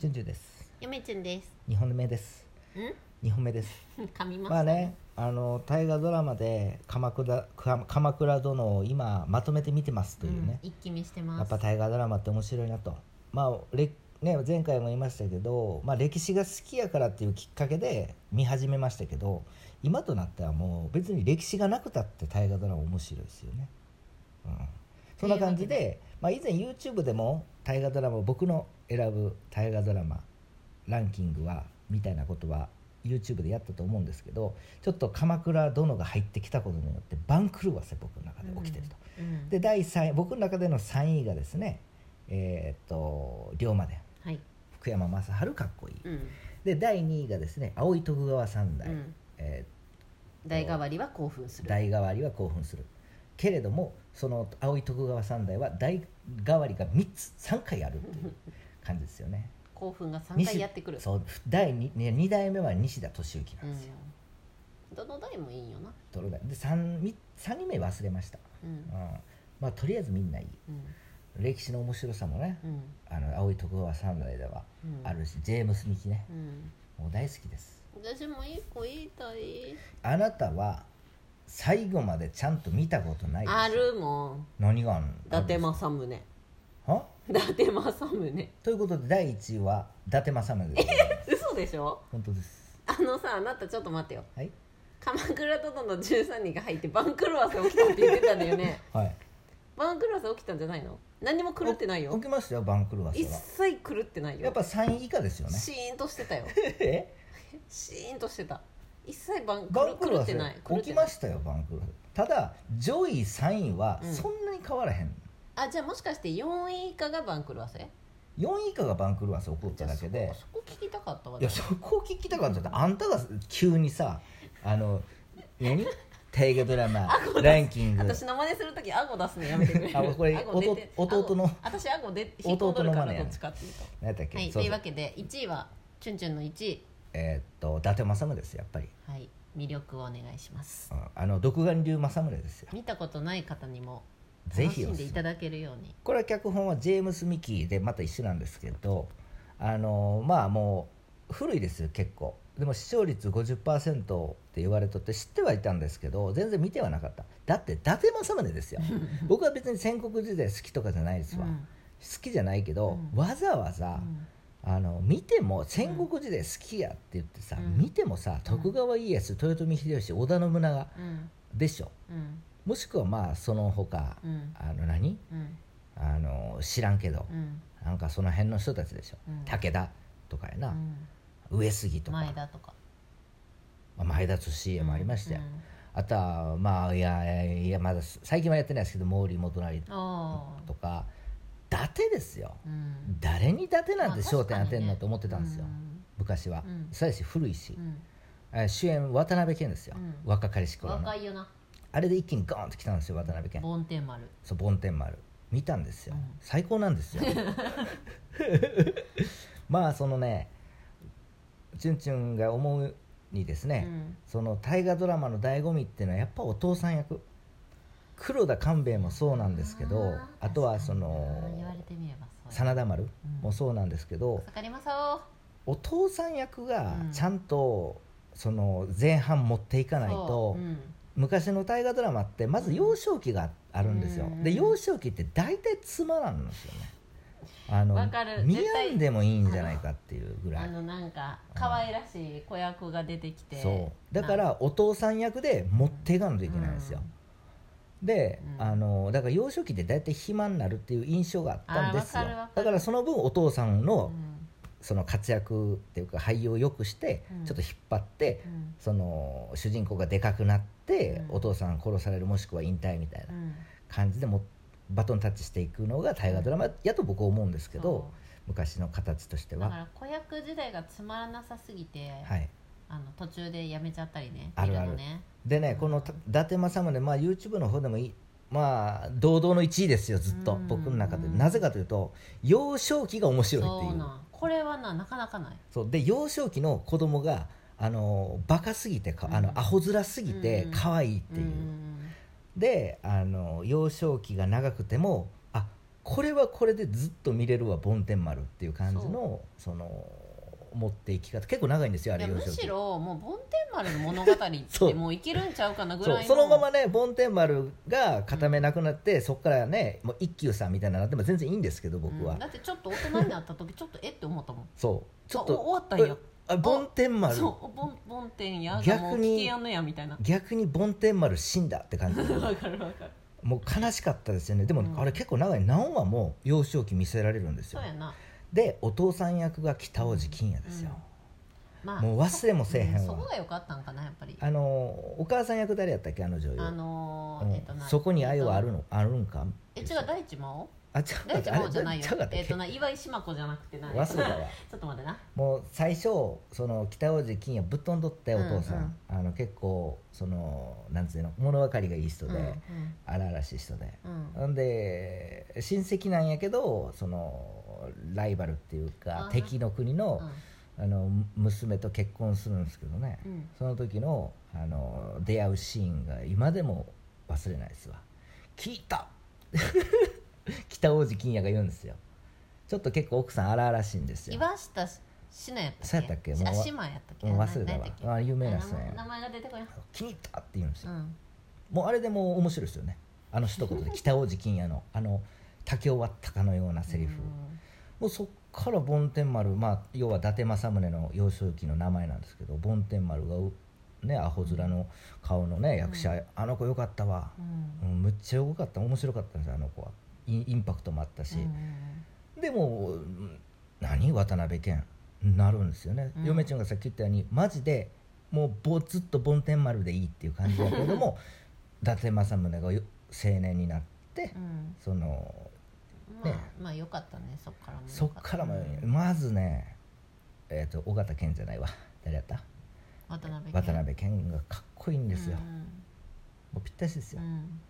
ジュンジュンですやめちゅんです。 2本目ですん？ 2本目です噛みます。まあねあの大河ドラマで鎌倉鎌鎌倉殿を今まとめて見てますというねうん、一気見してまやっす。ぱ大河ドラマって面白いなとまあれね、前回も言いましたけど、まあ、歴史が好きやからっていうきっかけで見始めましたけど今となってはもう別に歴史がなくたって大河ドラマ面白いですよね、うん、そんな感じとで、まあ、以前 YouTube でも大河ドラマ僕の選ぶ大河ドラマランキングはみたいなことは YouTube でやったと思うんですけどちょっと鎌倉殿が入ってきたことによって番狂わせ僕の中で起きてると。うん、で第3位僕の中での3位がですねえーっと龍馬伝はい。福山雅治かっこいいうん。で第2位がですね青い徳川三う代、ん。え代替わりは興奮すーる。代替わりは興奮するけれどもその青い徳川三代は代替わりが3つ3回あるっていう感じですよね興奮が三回やってくる。そう第 2, 2代目は西田敏行なんですよ、うん。どの代もいいよな。どの代で 3, 3人目忘れました、うんうん。まあとりあえずみんないいうん。歴史の面白さもねうん。あの青い徳川三代ではうんあ。るし、ジェームス・ミキねうん。もう大好きです私も一個言いたい。あなたは最後までちゃんと見たことないでしょあるもん。何がある伊のあるん達ですか政宗。は伊達政宗。ということで第1位は伊達政宗です 嘘でしょ？本当ですあのさ、あなたちょっと待ってよ。はい鎌倉殿の十三人が入って番狂わせ起きたって言ってたんだよね。はい番狂わせ起きたんじゃないの？何も狂ってないよお。起きましたよ番狂わせ一は切狂ってないよやっぱ3位以下ですよねシーンとして たよえシーンとしてた一切番番狂狂っわてせない狂っ起てきないましたよ番狂わせただ上位3位はうんそんなに変わらへん、あじゃあもしかして4位以下が番狂わせ4位以下が番狂わせ起こっじたゃあだそけこでそこ聞きたかったわいやそこ聞きたかったってあんたが急にさあの何大河ドラマランキング私の真似する時顎出すのやめてく れあこれ顎出て弟弟の顎私顎で引っこどるか弟の真ら似やどねっちかっていうと何やったっけ、はそいとういそうわうけで1位はチュンチュンの1位えーっと伊達政宗ですやっぱりはい魅力をお願いしますうんあの独眼竜政宗ですよ見たことない方にもぜ楽ひしおんすですいめただけるようにこれは脚本はジェームス・ミキーでまた一緒なんですけどあのまあもう古いですよ結構でも視聴率50%って言われとって知ってはいたんですけど全然見てはなかっただって伊達政宗ですよ僕は別に戦国時代好きとかじゃないですわ、う好んきじゃないけど、うんわざわざ、あの見ても戦国時代好きやって言ってさ、うん見てもさ徳川家康豊臣秀吉織田信長うんでしょうんもしくはまあその他、うんあの何うんあの知らんけど、うんなんかその辺の人たちでしょ、うん武田とかやな、上杉とか前田とかまあ前田利家もありましたよ、うんあとはまあいやいやまだ最近はやってないですけど毛利元就ああとか伊達ですようん誰に伊達なんてまあ焦点当てん確かにのねと思ってたんですよ、うん昔は、うんそうやし古いし、うんえー主演渡辺謙ですよ、うん若かりし頃の若いよなあれで一気にゴーンって来たんですよ渡辺謙梵天丸そう梵天丸見たんですよ、うん最高なん ですよまあそのねチュンチュンが思うにですうね、んその大河ドラマの醍醐味っていうのはやっぱお父さん役黒田官兵衛もそうなんですけあどーあとは確かそにのな言われてみればそうや真田丸うんもそうなんですけど、わかりますよお父さん役がうんちゃんとその前半持っていかないと、そううん昔の大河ドラマってまず幼少期があるんですよ、うんで幼少期って大体つまらんんですよねあのわかる見絶や対んでもいいんじゃないかっていうぐらあいのなんか可愛らしい子役が出てきてそうだからお父さん役で持っていかんといけないんですよ、で、うんあのだから幼少期って大体暇になるっていう印象があったんですよあーわかるわかるだからその分お父さんうのんその活躍っていうか俳優を良くしてうんちょっと引っ張ってうんその主人公がでかくなってうんお父さん殺されるもしくは引退みたいなうん感じでもバトンタッチしていくのが大河ドラマやと僕は思うんですけど、昔の形としてそうだかは、ら子役時代がつまらなさすぎてはい、あの途中でやめちゃったりねある見あるのねでねこのた伊達政宗、まあ、YouTube の方でもいいまあ堂々の1位ですよずっとうん僕の中でうんなぜかというと幼少期が面白いってそいううなんこれはななかなかないそうで幼少期の子供があのバカすぎてかあのうんアホ面すぎてうん可愛いっていう、んんんであの幼少期が長くてもあこれはこれでずっと見れるわ「梵天丸」っていう感じのその持っていき方結構長いんですよあいれや幼む少し期ろもう梵天丸の物語っそうてもういけるんちゃうかなぐそらういのそのままね梵天丸が固めなくなって、そこからねもう一休さんみたいなのになっても全然いいんですけど僕は、うんだってちょっと大人になった時ちょっとえって思ったもんそうちょっあおと終わったんやあ梵天丸そうおぼんぼんてんや逆にもう聞きやんのやみたいな 逆に梵天丸死んだって感じわかるわかるもう悲しかったですよねでも、うんあれ結構長い何話も幼少期見せられるんですそようやなでお父さん役が北大路欣也ですよ、まあもう忘れもせえへんわうそこが良かったんかなやっぱりあのお母さん役誰やったっけあの女優あのうんーえっとなそこに愛はあるの、あるんかえ違う第一魔あちゃ王第一魔王じゃないよちゃうかったえっっけとな岩井志麻子じゃなくてな忘 れたわちょっと待ってなもう最初その北大路欣也ぶっ飛んどってお父さん、あの結構そのなんつうの物分かりがいい人で、うん荒々しい人でうんうんなんで親戚なんやけどそのライバルっていうかあー敵の国の,、あの娘と結婚するんですけどね、うんうんその時のあの出会うシーンが今でも忘れないですわ聞いた 北大路欣也が言うんですよちょっと結構奥さん荒々しいんですよ岩下志麻やったっけそうやったっけもうあ志麻やったっけもう忘れたななんやったっわあ有け名な人あ名前ね名前が出てこない気に入ったって言うんですうよ、んもうあれでもう面白いですよねあの一言 で北大路欣也のあの竹終わったかのようなセリフ、うんもうそっから梵天丸まあ要は伊達政宗の幼少期の名前なんですけど梵天丸がうねアホ面の顔のね役者、あの子よかったわうんうんむっちゃ良かった面白かったんですよあの子はインインパクトもあったし、うんでもううん何渡辺謙なるんですよね、うん嫁ちゃんがさっき言ったようにマジでもうぼずっと梵天丸でいいっていう感じだけれども 伊達政宗がよ青年になってうんそのまあねまあ良かったねそっからも良そっからもまずねえっ、と尾形謙じゃないわ誰やった渡辺渡辺謙がかっこいいんですよ、うもんうぴったしですうよ、ん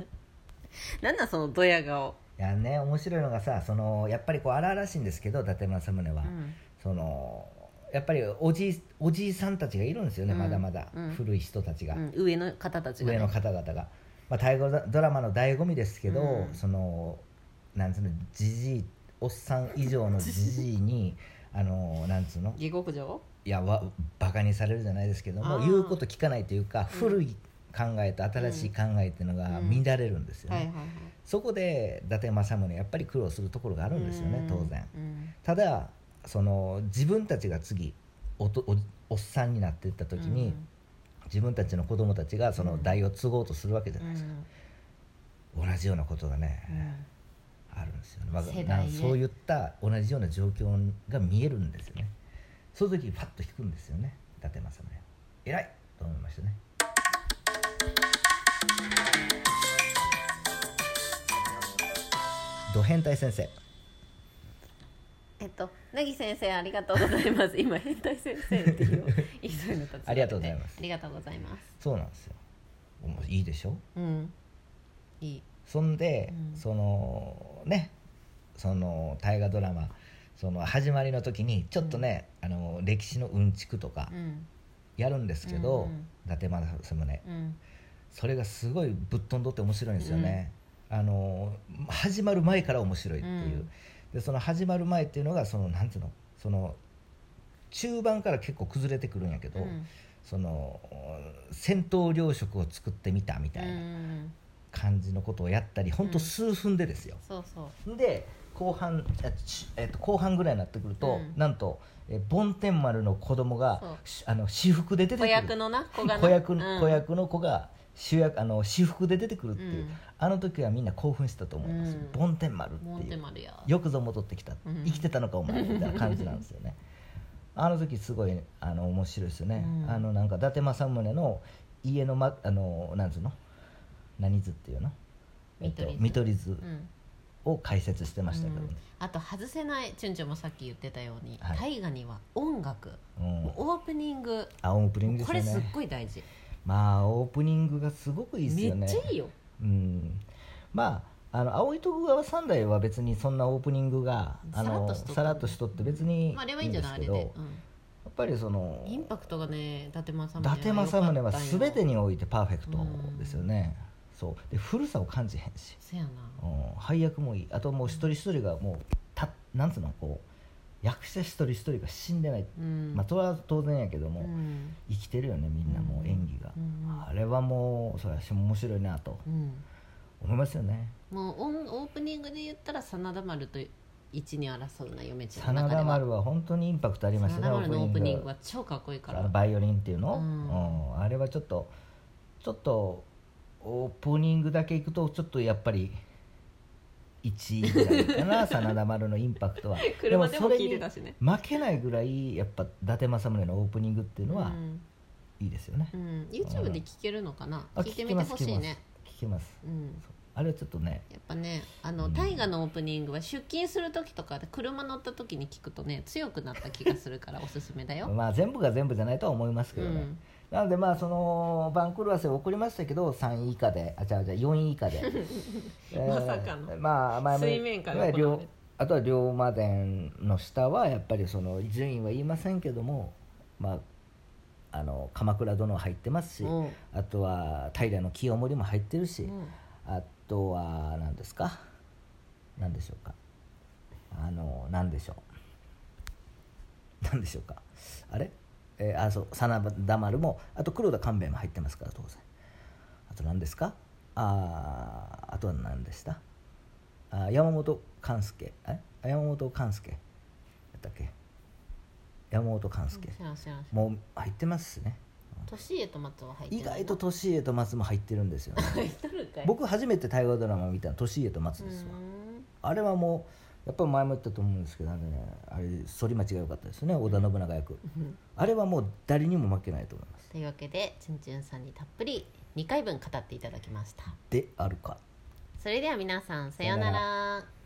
なんだそのドヤ顔、いやね面白いのがさそのやっぱりこう荒々しいんですけど伊達政宗は。うんそのやっぱりおじいおじいさんたちがいるんですよね、うんまだまだ、うん古い人たちが、うん上の方たちがね、上の方々が、まあ、大河ドラマの醍醐味ですけど、うんそのなんつうのじじいおっさん以 上のじじいにあのなんつうの下克上いやわバカにされるじゃないですけどもあー言うこと聞かないというか、古い考えと新しい考えっていうのがうん乱れるんですよね、はいはいはいそこで伊達政宗やっぱり苦労するところがああるんですよね、当然。うんただその自分たちが次おとおおっさんになっていった時に、自分たちの子供たちがその代を継ごうとするわけじゃうないですか、ん同じようなことがね、うんあるんですよね、まあ世代ねなんそういった同じような状況が見えるんですよねその時にパッと引くんですよね伊達政宗偉いと思いましたねド変態先生えっと、なぎ先生ありがとうございます。今変態先生っていう言いそうになった。ありがとうございますありがとうございます。そうなんですよおもいいでしょうん。いい。そんで、うんそのねその大河ドラマその始まりの時にちょっとね、あの歴史のうんちくとかうん。やるんですけど、うんうん伊達政宗ねうん。それがすごいぶっ飛んどって面白いんですよね、あの始まる前から面白いっていう、うんでその始まる前っていうのがそのなんていうのその中盤から結構崩れてくるんやけど、うん。その戦闘糧食を作ってみたみたいなうん。感じのことをやったり、ほんと数分でですよ、そうそう。で後半、あちえっと、後半ぐらいになってくると、うんなんとえ梵天丸の子供そがうしあの私服で出てく子る役のな、子がな。子役うん子役の子が主役あの私服で出てくるっていう、うんあの時はみんな興奮したと思います、うん梵天丸っモンていテうマルや。よくぞ戻ってきた、うん生きてたのかお前みたいな感じなんですよねあの時すごいあの面白いですよね、うんあのなんか伊達政宗の家の,、ま、あのなんつうの何図っていうの見見取取り図、うん。を解説してましたけどね、あと外せないチュンチュンもさっき言ってたように、はい大河には音楽、うんオープニング、あオープニングですこよれすっねごい大事。まあオープニングがすごくいいですよねめっちゃいいよ。うんまああの青い徳川三代は別にそんなオープニングがあのささらっらっととししとって別にまああれはいいいいんんじでゃないすけどあれでや。うんっぱりそのインパクトがね伊達政宗伊達政宗は良かったよ全てにおいてパーフェクトですよね、そうで古さを感じへんし、そやなうん、配役もいいあともう一人一人がもうたなんつうのこう役者一人一人が死んでない、うんまあそれは当然やけども、うん生きてるよねみんなもう演技がう、んあれはもうそれは面白いなとうん思いますよねもうオンオープニングで言ったら真田丸と一に争うな嫁ちゃんの真中で田は丸は本当にインパクトありまし真た田ね丸のオープニングは超かっこいいかあのらバイオリンっていうの、ううんんあれはちょっとちょっとオープニングだけいくとちょっとやっぱり1位ぐらいか な真田丸のインパクトは車でもそれ聞いにてたしね負けないぐらいやっぱ伊達政宗のオープニングっていうのうはんいいですよね、うん YouTube で聞けるのかなあ聞いてみてほしいね聞きますうんあれはちょっとねやっぱねあのうん大河のオープニングは出勤する時とかで車乗った時に聞くとね強くなった気がするからおすすめだよ、まあ全部が全部じゃないとは思いますけうどね、ん、なのでまあその番狂わせを送りましたけど3位以下であじゃあじゃあ4位以 下で、えーまさかのまあ前も水面下で行われる両あとは龍馬伝の下はやっぱりその順位は言いませんけどもまああの鎌倉殿入ってますし、うんあとは平清盛も入ってるし、うんあとは何ですか何でしょうかあの何でしょう何でしょうかあれえーあそう真田丸もあと黒田官兵衛も入ってますから当然あと何ですかあーあとは何でしたあ山本勘助えあ山本勘助やったっけ山本勘助知らん知らん知らんもう入ってますしね年家と松は入って意るな外と利家と松も入ってるんですよね入っとるかい僕初めて大河ドラマ見たの年家と松ですわうんあれはもうやっぱり前も言ったと思うんですけどなんかねあれ反町が良かったですね織田信長役うん あれはもう誰にも負けないと思いますというわけでチュンチュンさんにたっぷり2回分語っていただきましたであるかそれでは皆さんさようなさよら